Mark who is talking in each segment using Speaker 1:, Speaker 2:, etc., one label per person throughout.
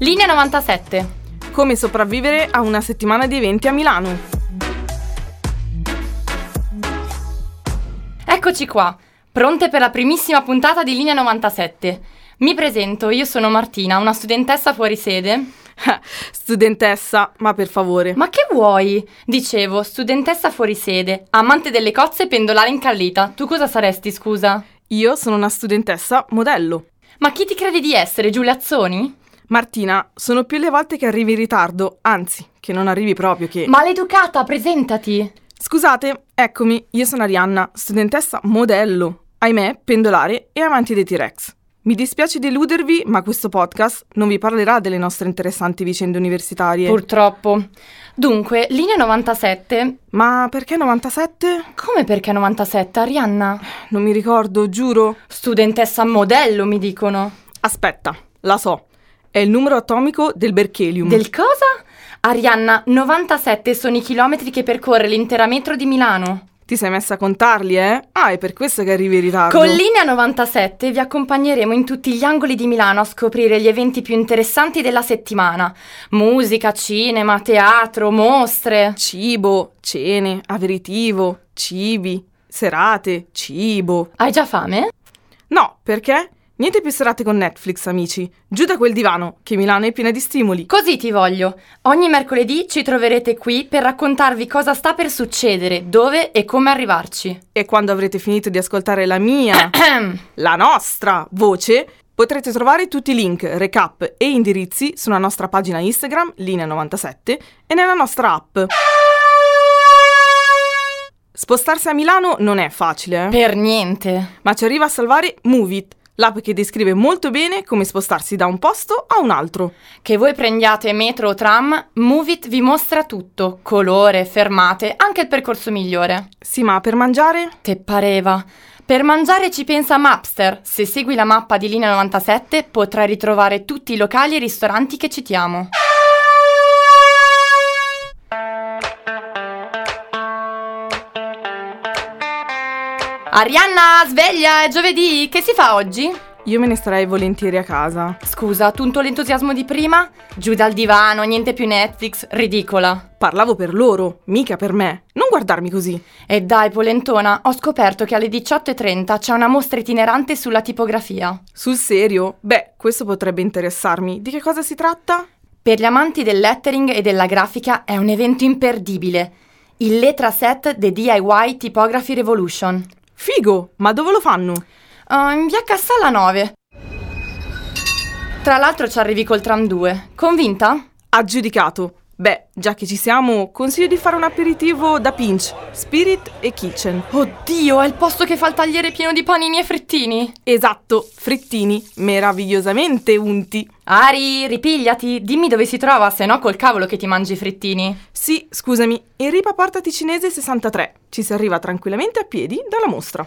Speaker 1: Linea 97.
Speaker 2: Come sopravvivere a una settimana di eventi a Milano?
Speaker 1: Eccoci qua, pronte per la primissima puntata di Linea 97. Mi presento, io sono Martina, una studentessa fuori sede.
Speaker 2: Studentessa, ma per favore.
Speaker 1: Ma che vuoi? Dicevo, studentessa fuori sede, amante delle cozze e pendolare incallita. Tu cosa saresti, scusa?
Speaker 2: Io sono una studentessa modello.
Speaker 1: Ma chi ti credi di essere, Giuliazzoni?
Speaker 2: Martina, sono più le volte che arrivi in ritardo, anzi, che non arrivi proprio che...
Speaker 1: Maleducata, presentati!
Speaker 2: Scusate, eccomi, io sono Arianna, studentessa modello, ahimè, pendolare e amante dei T-Rex. Mi dispiace deludervi, ma questo podcast non vi parlerà delle nostre interessanti vicende universitarie.
Speaker 1: Purtroppo. Dunque, linea 97.
Speaker 2: ma perché 97?
Speaker 1: Come perché 97, Arianna?
Speaker 2: Non mi ricordo, giuro.
Speaker 1: Studentessa modello, mi dicono.
Speaker 2: Aspetta, la so. È il numero atomico del berchelium.
Speaker 1: Del cosa? Arianna, 97 sono i chilometri che percorre l'intera metro di Milano.
Speaker 2: Ti sei messa a contarli, eh? Ah, è per questo che arrivi in ritardo.
Speaker 1: Con Linea 97 vi accompagneremo in tutti gli angoli di Milano a scoprire gli eventi più interessanti della settimana. Musica, cinema, teatro, mostre.
Speaker 2: Cibo, cene, aperitivo, cibi, serate, cibo.
Speaker 1: Hai già fame?
Speaker 2: No, perché? Niente più serate con Netflix, amici. Giù da quel divano, che Milano è piena di stimoli.
Speaker 1: Così ti voglio. Ogni mercoledì ci troverete qui per raccontarvi cosa sta per succedere, dove e come arrivarci.
Speaker 2: E quando avrete finito di ascoltare la mia, la nostra voce, potrete trovare tutti i link, recap e indirizzi sulla nostra pagina Instagram, linea 97, e nella nostra app. Spostarsi a Milano non è facile, eh?
Speaker 1: per niente.
Speaker 2: ma ci arriva a salvare Movit, l'app che descrive molto bene come spostarsi da un posto a un altro.
Speaker 1: Che voi prendiate metro o tram, Movit vi mostra tutto, colore, fermate, anche il percorso migliore.
Speaker 2: Sì, ma per mangiare?
Speaker 1: Te pareva. Per mangiare ci pensa Mapster. Se segui la mappa di linea 97 potrai ritrovare tutti i locali e ristoranti che citiamo. Arianna, sveglia, è giovedì, che si fa oggi?
Speaker 2: Io me ne starei volentieri a casa.
Speaker 1: Scusa, tutto l'entusiasmo di prima? Giù dal divano, niente più Netflix, ridicola.
Speaker 2: Parlavo per loro, mica per me. Non guardarmi così.
Speaker 1: E dai, Polentona, ho scoperto che alle 18.30 c'è una mostra itinerante sulla tipografia.
Speaker 2: Sul serio? Beh, questo potrebbe interessarmi. Di che cosa si tratta?
Speaker 1: Per gli amanti del lettering e della grafica è un evento imperdibile. Il Letra Set The DIY Typography Revolution.
Speaker 2: Figo, ma dove lo fanno?
Speaker 1: Ah, in via Cassella 9. Tra l'altro ci arrivi col tram 2. Convinta?
Speaker 2: Aggiudicato. Beh, già che ci siamo, consiglio di fare un aperitivo da Pinch, Spirit e Kitchen.
Speaker 1: Oddio, è il posto che fa il tagliere pieno di panini e frittini.
Speaker 2: Esatto, frittini meravigliosamente unti.
Speaker 1: Ari, ripigliati, dimmi dove si trova, se no col cavolo che ti mangi i frittini.
Speaker 2: Sì, scusami, Enripa Porta Ticinese 63. Ci si arriva tranquillamente a piedi dalla mostra.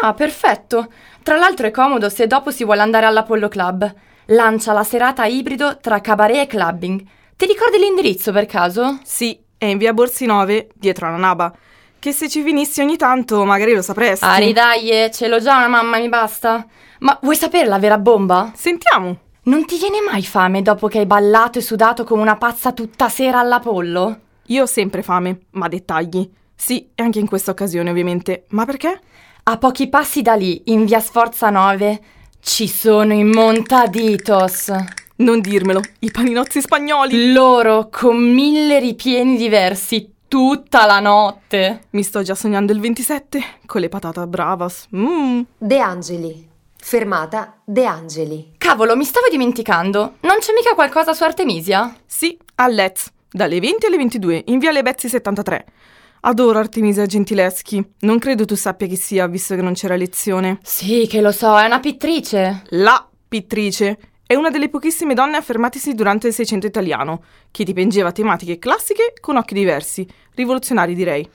Speaker 1: Ah, perfetto. Tra l'altro è comodo se dopo si vuole andare all'Apollo Club. Lancia la serata ibrido tra cabaret e clubbing. Ti ricordi l'indirizzo per caso?
Speaker 2: Sì, è in via Borsi 9, dietro alla Naba. Che se ci finissi ogni tanto magari lo sapresti.
Speaker 1: Ari, dai, eh, ce l'ho già una mamma, mi basta. Ma vuoi sapere la vera bomba?
Speaker 2: Sentiamo.
Speaker 1: Non ti viene mai fame dopo che hai ballato e sudato come una pazza tutta sera all'Apollo?
Speaker 2: Io ho sempre fame, ma dettagli. Sì, e anche in questa occasione ovviamente. Ma perché?
Speaker 1: A pochi passi da lì, in via Sforza 9, ci sono i Montaditos.
Speaker 2: Non dirmelo, i paninozzi spagnoli.
Speaker 1: Loro con mille ripieni diversi tutta la notte.
Speaker 2: Mi sto già sognando il 27 con le patata bravas. Mmm.
Speaker 3: De Angeli. Fermata De Angeli.
Speaker 1: Cavolo, mi stavo dimenticando. Non c'è mica qualcosa su Artemisia?
Speaker 2: Sì, a Let's, dalle 20 alle 22, in Viale Bezzi 73. Adoro Artemisia Gentileschi. Non credo tu sappia chi sia, visto che non c'era lezione.
Speaker 1: Sì, che lo so, è una pittrice.
Speaker 2: La pittrice è una delle pochissime donne affermatisi durante il Seicento italiano, che dipingeva tematiche classiche con occhi diversi, rivoluzionari direi.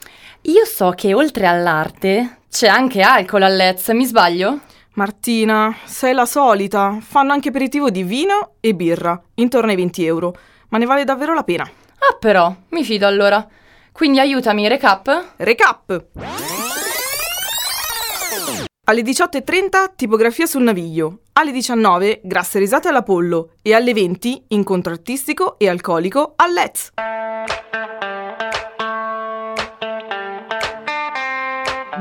Speaker 1: Io so che oltre all'arte c'è anche alcol a Let's, mi sbaglio?
Speaker 2: Martina, sei la solita. Fanno anche aperitivo di vino e birra, intorno ai 20 euro, ma ne vale davvero la pena.
Speaker 1: Ah, però, mi fido allora. Quindi aiutami, recap?
Speaker 2: Recap! Alle 18.30 tipografia sul naviglio, alle 19 grasse risate all'Apollo e alle 20 incontro artistico e alcolico al Let's.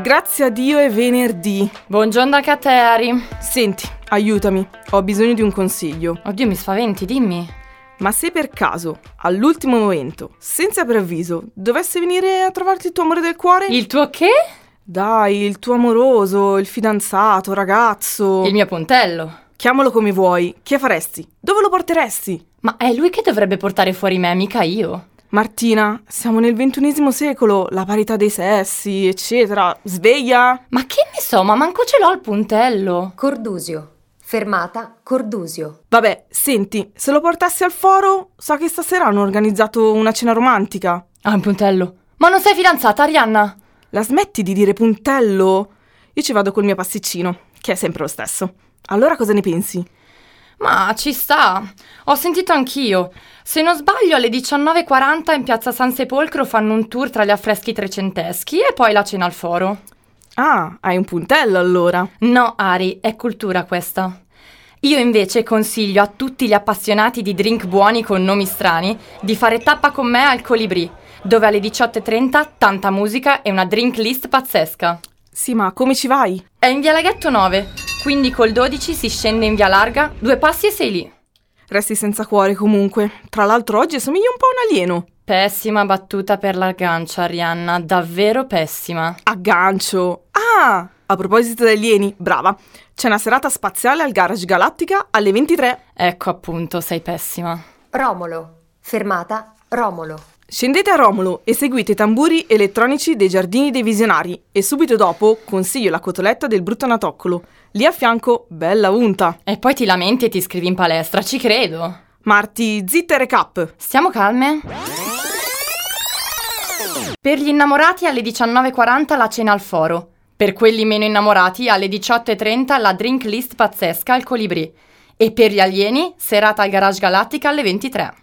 Speaker 2: Grazie a Dio è venerdì.
Speaker 1: Buongiorno a Terry.
Speaker 2: Senti, aiutami, ho bisogno di un consiglio.
Speaker 1: Oddio, mi spaventi, dimmi.
Speaker 2: Ma se per caso, all'ultimo momento, senza preavviso, dovesse venire a trovarti il tuo amore del cuore?
Speaker 1: Il tuo che?
Speaker 2: Dai, il tuo amoroso, il fidanzato, ragazzo.
Speaker 1: Il mio puntello.
Speaker 2: Chiamalo come vuoi. Che faresti? Dove lo porteresti?
Speaker 1: Ma è lui che dovrebbe portare fuori me, mica io.
Speaker 2: Martina, siamo nel ventunesimo secolo, la parità dei sessi, eccetera. Sveglia!
Speaker 1: Ma che ne so, ma manco ce l'ho il puntello.
Speaker 3: Cordusio. Fermata Cordusio.
Speaker 2: Vabbè, senti, se lo portassi al foro, so che stasera hanno organizzato una cena romantica.
Speaker 1: Ah, il puntello. Ma non sei fidanzata, Arianna?
Speaker 2: La smetti di dire puntello? Io ci vado col mio pasticcino, che è sempre lo stesso. Allora cosa ne pensi?
Speaker 1: Ma ci sta. Ho sentito anch'io. Se non sbaglio, alle 19.40 in piazza San Sepolcro fanno un tour tra gli affreschi trecenteschi e poi la cena al foro.
Speaker 2: Ah, hai un puntello allora.
Speaker 1: No, Ari, è cultura questa. Io invece consiglio a tutti gli appassionati di drink buoni con nomi strani di fare tappa con me al Colibri, dove alle 18.30 tanta musica e una drink list pazzesca.
Speaker 2: Sì, ma come ci vai?
Speaker 1: È in via Laghetto 9, quindi col 12 si scende in via larga, due passi e sei lì.
Speaker 2: Resti senza cuore comunque. Tra l'altro oggi assomigli un po' a un alieno.
Speaker 1: Pessima battuta per l'aggancia, Arianna, davvero pessima.
Speaker 2: Aggancio. Ah! A proposito di alieni, brava. C'è una serata spaziale al Garage Galattica alle 23.
Speaker 1: Ecco appunto, sei pessima.
Speaker 3: Romolo. Fermata Romolo.
Speaker 2: Scendete a Romolo e seguite i tamburi elettronici dei Giardini dei Visionari e subito dopo consiglio la cotoletta del Brutto Natoccolo. Lì a fianco, bella unta.
Speaker 1: E poi ti lamenti e ti iscrivi in palestra, ci credo.
Speaker 2: Marti, zitta e recap.
Speaker 1: Stiamo calme? Per gli innamorati alle 19.40 la cena al foro. Per quelli meno innamorati alle 18.30 la drink list pazzesca al Colibri. E per gli alieni, serata al Garage Galattica alle 23.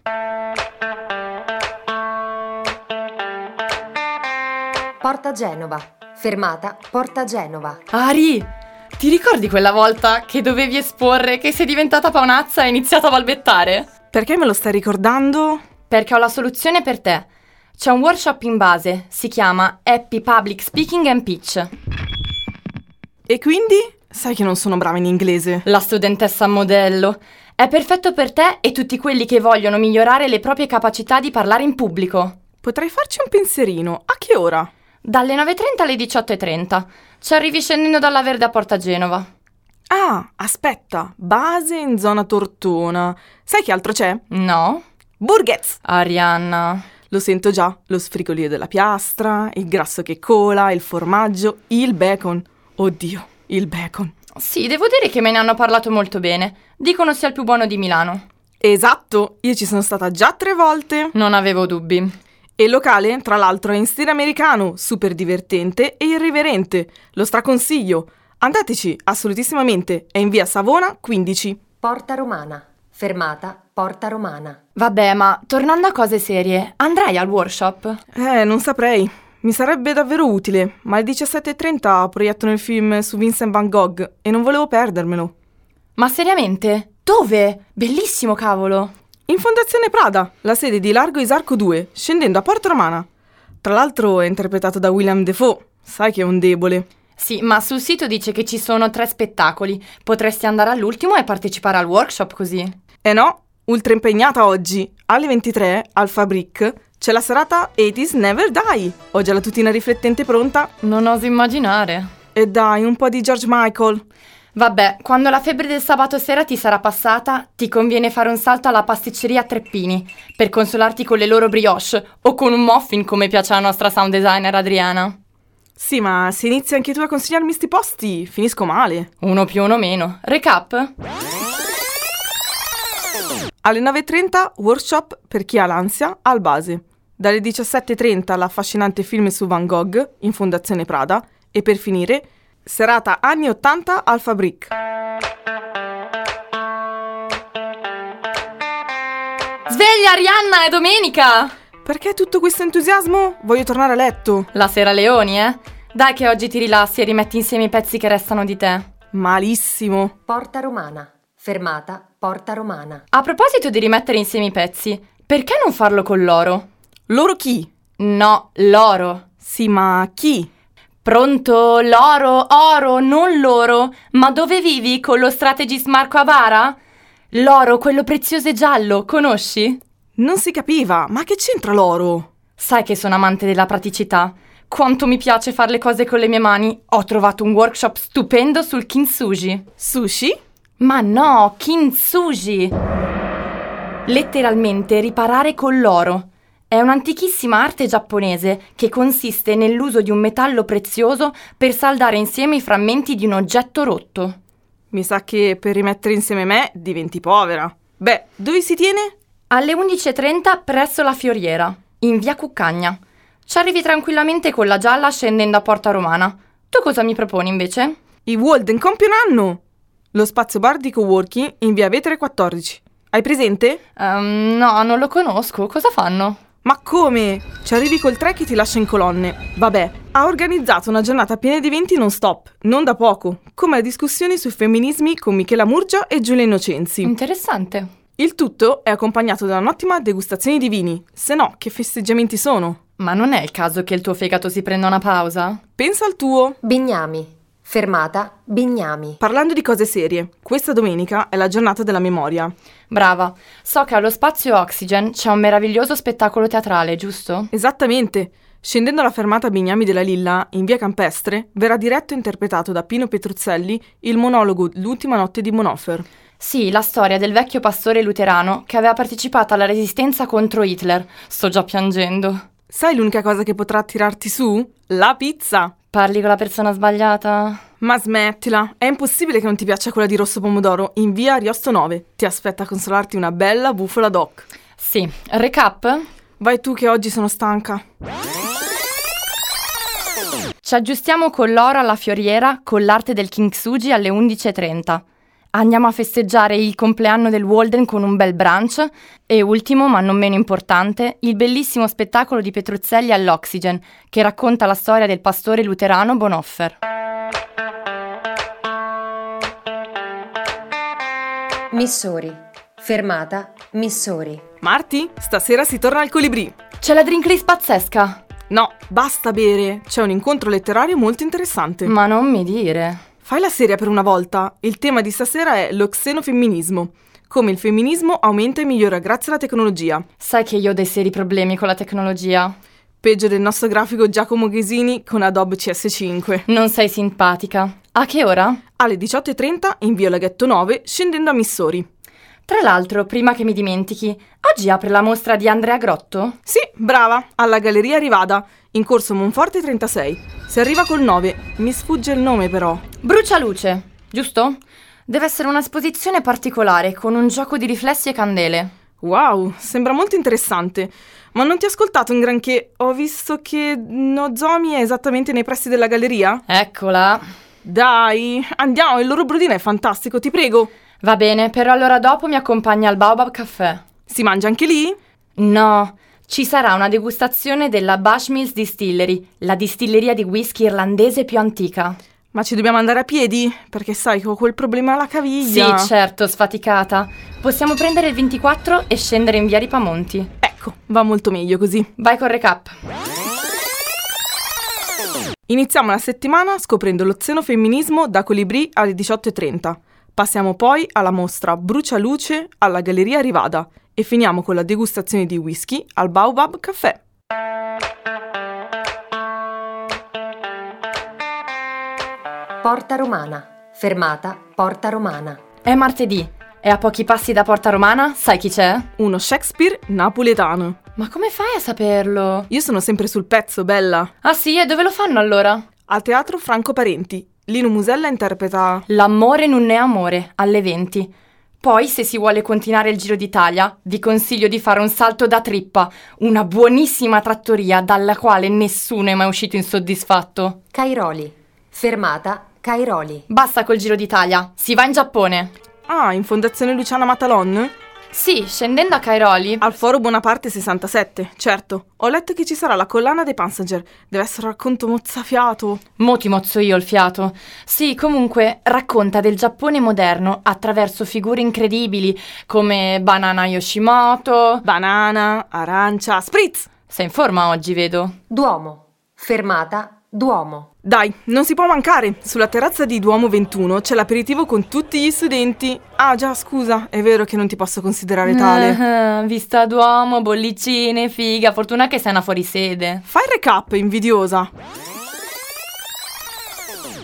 Speaker 3: Porta Genova. Fermata Porta Genova.
Speaker 1: Ari, ti ricordi quella volta che dovevi esporre che sei diventata paonazza e hai iniziato a balbettare?
Speaker 2: Perché me lo stai ricordando?
Speaker 1: Perché ho la soluzione per te. C'è un workshop in base, si chiama Happy Public Speaking and Pitch.
Speaker 2: E quindi? Sai che non sono brava in inglese.
Speaker 1: La studentessa modello. È perfetto per te e tutti quelli che vogliono migliorare le proprie capacità di parlare in pubblico.
Speaker 2: Potrei farci un pensierino. A che ora?
Speaker 1: Dalle 9.30 alle 18.30. Ci arrivi scendendo dalla Verde a Porta Genova.
Speaker 2: Ah, aspetta. Base in zona Tortona. Sai che altro c'è?
Speaker 1: No?
Speaker 2: Burgers!
Speaker 1: Arianna.
Speaker 2: Lo sento già, lo sfrigolio della piastra, il grasso che cola, il formaggio, il bacon. Oddio, il bacon.
Speaker 1: Sì, devo dire che me ne hanno parlato molto bene. Dicono sia il più buono di Milano.
Speaker 2: Esatto, io ci sono stata già tre volte.
Speaker 1: Non avevo dubbi.
Speaker 2: E il locale, tra l'altro, è in stile americano, super divertente e irriverente. Lo straconsiglio. Andateci, assolutissimamente. È in via Savona 15.
Speaker 3: Porta Romana. Fermata Porta Romana.
Speaker 1: Vabbè, ma tornando a cose serie, andrai al workshop?
Speaker 2: Eh, non saprei. Mi sarebbe davvero utile, ma alle 17.30 proiettano il film su Vincent Van Gogh e non volevo perdermelo.
Speaker 1: Ma seriamente? Dove? Bellissimo, cavolo!
Speaker 2: In Fondazione Prada, la sede di Largo Isarco 2, scendendo a Porta Romana. Tra l'altro è interpretato da William Defoe, sai che è un debole.
Speaker 1: Sì, ma sul sito dice che ci sono tre spettacoli. Potresti andare all'ultimo e partecipare al workshop così.
Speaker 2: Eh no, ultra impegnata oggi, alle 23 al Fabric c'è la serata 80s Never Die. Ho già la tutina riflettente pronta.
Speaker 1: Non oso immaginare.
Speaker 2: E dai, un po' di George Michael.
Speaker 1: Vabbè, quando la febbre del sabato sera ti sarà passata, ti conviene fare un salto alla pasticceria Treppini per consolarti con le loro brioche o con un muffin come piace alla nostra sound designer Adriana.
Speaker 2: Sì, ma se inizi anche tu a consigliarmi sti posti, finisco male.
Speaker 1: Uno più uno meno. Recap?
Speaker 2: Alle 9.30 workshop per chi ha l'ansia al base. Dalle 17.30 l'affascinante film su Van Gogh in Fondazione Prada e per finire serata anni 80 al Fabric.
Speaker 1: Sveglia Arianna, è domenica!
Speaker 2: Perché tutto questo entusiasmo? Voglio tornare a letto.
Speaker 1: La sera leoni, eh? Dai che oggi ti rilassi e rimetti insieme i pezzi che restano di te.
Speaker 2: Malissimo.
Speaker 3: Porta Romana. Fermata Porta Romana.
Speaker 1: A proposito di rimettere insieme i pezzi, perché non farlo con l'oro?
Speaker 2: Loro chi?
Speaker 1: No, l'oro.
Speaker 2: Sì, ma chi?
Speaker 1: Pronto, l'oro, oro, non l'oro. Ma dove vivi con lo strategist Marco Avara? L'oro, quello prezioso e giallo, conosci?
Speaker 2: Non si capiva, ma che c'entra l'oro?
Speaker 1: Sai che sono amante della praticità. Quanto mi piace fare le cose con le mie mani. Ho trovato un workshop stupendo sul kintsugi.
Speaker 2: Sushi?
Speaker 1: Ma no, kintsugi! Letteralmente riparare con l'oro. È un'antichissima arte giapponese che consiste nell'uso di un metallo prezioso per saldare insieme i frammenti di un oggetto rotto.
Speaker 2: Mi sa che per rimettere insieme me diventi povera. Beh, dove si tiene?
Speaker 1: Alle 11.30 presso la Fioriera, in via Cuccagna. Ci arrivi tranquillamente con la gialla scendendo a Porta Romana. Tu cosa mi proponi invece?
Speaker 2: I Walden compiono anno! Lo spazio bar di coworking in via Vetere 14. Hai presente?
Speaker 1: Ehm, no, non lo conosco. Cosa fanno?
Speaker 2: Ma come? Ci arrivi col tre che ti lascia in colonne. Vabbè, ha organizzato una giornata piena di eventi non stop, non da poco, come la discussione sui femminismi con Michela Murgia e Giulia Innocenzi.
Speaker 1: Interessante.
Speaker 2: Il tutto è accompagnato da un'ottima degustazione di vini, se no che festeggiamenti sono?
Speaker 1: Ma non è il caso che il tuo fegato si prenda una pausa?
Speaker 2: Pensa al tuo!
Speaker 3: Bignami. Fermata Bignami.
Speaker 2: Parlando di cose serie, questa domenica è la giornata della memoria.
Speaker 1: Brava. So che allo spazio Oxygen c'è un meraviglioso spettacolo teatrale, giusto?
Speaker 2: Esattamente. Scendendo alla fermata Bignami della Lilla, in via Campestre, verrà diretto e interpretato da Pino Petruzzelli il monologo L'ultima notte di Monofer.
Speaker 1: Sì, la storia del vecchio pastore luterano che aveva partecipato alla resistenza contro Hitler. Sto già piangendo.
Speaker 2: Sai l'unica cosa che potrà tirarti su? La pizza!
Speaker 1: Parli con la persona sbagliata?
Speaker 2: Ma smettila, è impossibile che non ti piaccia quella di Rosso Pomodoro in via Ariosto 9. Ti aspetta a consolarti una bella bufala doc.
Speaker 1: Sì. Recap?
Speaker 2: Vai tu che oggi sono stanca.
Speaker 1: Ci aggiustiamo con l'oro alla fioriera con l'arte del Kintsugi alle 11.30. Andiamo a festeggiare il compleanno del Walden con un bel brunch e ultimo, ma non meno importante, il bellissimo spettacolo di Petruzzelli all'Oxygen che racconta la storia del pastore luterano Bonhoeffer.
Speaker 3: Missori. Fermata Missori.
Speaker 2: Marti, stasera si torna al colibrì.
Speaker 1: C'è la drink race pazzesca!
Speaker 2: No, basta bere, c'è un incontro letterario molto interessante.
Speaker 1: Ma non mi dire.
Speaker 2: Fai la seria per una volta. Il tema di stasera è lo xenofemminismo. Come il femminismo aumenta e migliora grazie alla tecnologia.
Speaker 1: Sai che io ho dei seri problemi con la tecnologia.
Speaker 2: Peggio del nostro grafico Giacomo Ghesini con Adobe CS5.
Speaker 1: Non sei simpatica. A che ora?
Speaker 2: Alle 18.30 in via Laghetto 9 scendendo a Missori.
Speaker 1: Tra l'altro, prima che mi dimentichi, oggi apre la mostra di Andrea Grotto?
Speaker 2: Sì, brava, alla Galleria Rivada, in corso Monforte 36. Si arriva col 9, mi sfugge il nome però.
Speaker 1: Brucialuce, giusto? Deve essere un'esposizione particolare con un gioco di riflessi e candele.
Speaker 2: Wow, sembra molto interessante, ma non ti ho ascoltato in granché. Ho visto che Nozomi è esattamente nei pressi della galleria?
Speaker 1: Eccola.
Speaker 2: Dai, andiamo, il loro brodino è fantastico, ti prego.
Speaker 1: Va bene, però allora dopo mi accompagna al Baobab Caffè.
Speaker 2: Si mangia anche lì?
Speaker 1: No, ci sarà una degustazione della Bashmills Distillery, la distilleria di whisky irlandese più antica.
Speaker 2: Ma ci dobbiamo andare a piedi? Perché sai che ho quel problema alla caviglia.
Speaker 1: Sì, certo, sfaticata. Possiamo prendere il 24 e scendere in via Ripamonti.
Speaker 2: Ecco, va molto meglio così.
Speaker 1: Vai col recap.
Speaker 2: Iniziamo la settimana scoprendo lo xenofemminismo da Colibrì alle 18.30. Passiamo poi alla mostra Brucia Luce alla Galleria Rivada e finiamo con la degustazione di whisky al Baobab Café.
Speaker 3: Porta Romana. Fermata Porta Romana.
Speaker 1: È martedì e a pochi passi da Porta Romana, sai chi c'è?
Speaker 2: Uno Shakespeare napoletano.
Speaker 1: Ma come fai a saperlo?
Speaker 2: Io sono sempre sul pezzo, bella.
Speaker 1: Ah sì, e dove lo fanno allora?
Speaker 2: Al teatro Franco Parenti, Lino Musella interpreta
Speaker 1: L'amore non è amore, alle 20. Poi, se si vuole continuare il Giro d'Italia, vi consiglio di fare un salto da trippa, una buonissima trattoria dalla quale nessuno è mai uscito insoddisfatto.
Speaker 3: Cairoli. Fermata Cairoli.
Speaker 1: Basta col Giro d'Italia, si va in Giappone.
Speaker 2: Ah, in Fondazione Luciana Matalon?
Speaker 1: Sì, scendendo a Cairoli.
Speaker 2: Al foro Bonaparte 67, certo. Ho letto che ci sarà la collana dei Passenger. Deve essere un racconto mozzafiato.
Speaker 1: Mo ti mozzo io il fiato. Sì, comunque racconta del Giappone moderno attraverso figure incredibili come Banana Yoshimoto.
Speaker 2: Banana, arancia, spritz!
Speaker 1: Sei in forma oggi, vedo.
Speaker 3: Duomo. Fermata Duomo.
Speaker 2: Dai, non si può mancare! Sulla terrazza di Duomo 21 c'è l'aperitivo con tutti gli studenti. Ah già, scusa, è vero che non ti posso considerare tale.
Speaker 1: Eh, vista d'uomo, bollicine, figa, fortuna che sei una fuorisede.
Speaker 2: Fai il recap, invidiosa.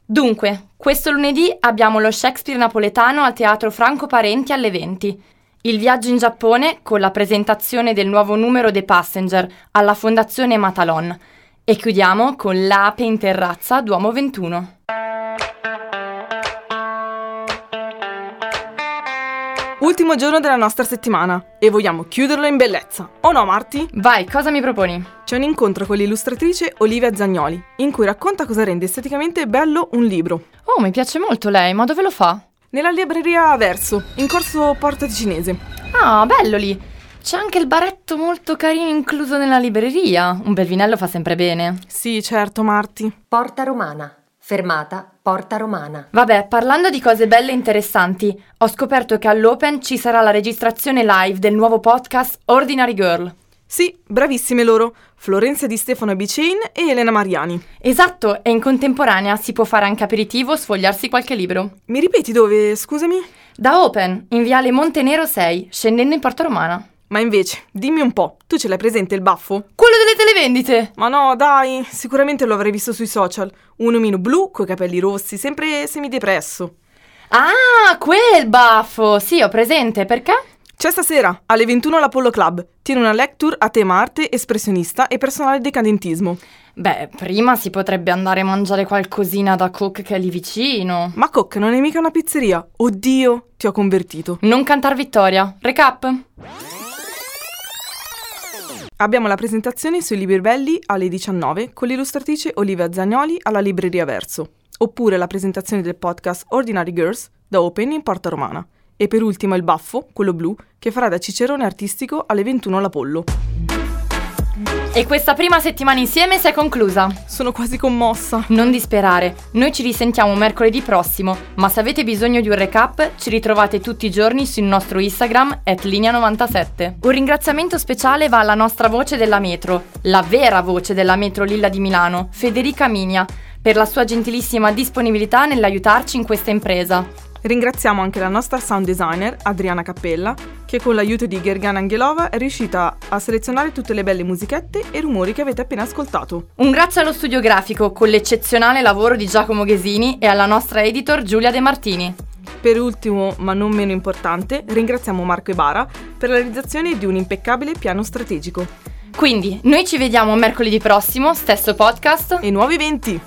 Speaker 1: Dunque, questo lunedì abbiamo lo Shakespeare napoletano al Teatro Franco Parenti alle 20. Il viaggio in Giappone con la presentazione del nuovo numero The Passenger alla Fondazione Matalon. E chiudiamo con l'Ape in terrazza Duomo 21.
Speaker 2: Ultimo giorno della nostra settimana e vogliamo chiuderlo in bellezza. O no, Marti?
Speaker 1: Vai, cosa mi proponi?
Speaker 2: C'è un incontro con l'illustratrice Olivia Zagnoli, in cui racconta cosa rende esteticamente bello un libro.
Speaker 1: Oh, mi piace molto lei, ma dove lo fa?
Speaker 2: Nella libreria Verso, in corso Porta Ticinese.
Speaker 1: Ah, bello lì! C'è anche il baretto molto carino incluso nella libreria. Un bel vinello fa sempre bene.
Speaker 2: Sì, certo, Marti.
Speaker 3: Porta Romana. Fermata Porta Romana.
Speaker 1: Vabbè, parlando di cose belle e interessanti, ho scoperto che all'Open ci sarà la registrazione live del nuovo podcast Ordinary Girl.
Speaker 2: Sì, bravissime loro, Florenza di Stefano Bicein e Elena Mariani.
Speaker 1: Esatto, e in contemporanea si può fare anche aperitivo o sfogliarsi qualche libro.
Speaker 2: Mi ripeti dove, scusami?
Speaker 1: Da Open, in Viale Montenero 6, scendendo in Porta Romana.
Speaker 2: Ma invece, dimmi un po', tu ce l'hai presente il baffo?
Speaker 1: Quello delle televendite!
Speaker 2: Ma no, dai, sicuramente lo avrai visto sui social. Un omino blu coi capelli rossi, sempre semidepresso.
Speaker 1: Ah, quel baffo! Sì, ho presente, perché?
Speaker 2: C'è stasera, alle 21 all'Apollo Club. Tiene una lecture a tema arte, espressionista e personale decadentismo.
Speaker 1: Beh, prima si potrebbe andare a mangiare qualcosina da Cook che è lì vicino.
Speaker 2: Ma Coc non è mica una pizzeria. Oddio, ti ho convertito.
Speaker 1: Non cantar vittoria. Recap.
Speaker 2: Abbiamo la presentazione sui libri belli alle 19 con l'illustratrice Olivia Zagnoli alla Libreria Verso, oppure la presentazione del podcast Ordinary Girls da Open in Porta Romana. E per ultimo il baffo, quello blu, che farà da cicerone artistico alle 21 all'Apollo.
Speaker 1: E questa prima settimana insieme si è conclusa.
Speaker 2: Sono quasi commossa.
Speaker 1: Non disperare, noi ci risentiamo mercoledì prossimo, ma se avete bisogno di un recap ci ritrovate tutti i giorni sul nostro Instagram at linea97. Un ringraziamento speciale va alla nostra voce della metro, la vera voce della metro Lilla di Milano, Federica Minia, per la sua gentilissima disponibilità nell'aiutarci in questa impresa.
Speaker 2: Ringraziamo anche la nostra sound designer Adriana Cappella, che con l'aiuto di Gergana Angelova è riuscita a selezionare tutte le belle musichette e rumori che avete appena ascoltato.
Speaker 1: Un grazie allo studio grafico con l'eccezionale lavoro di Giacomo Ghesini e alla nostra editor Giulia De Martini.
Speaker 2: Per ultimo, ma non meno importante, ringraziamo Marco Ebara per la realizzazione di un impeccabile piano strategico
Speaker 1: Quindi, noi ci vediamo mercoledì prossimo, stesso podcast.
Speaker 2: e nuovi eventi.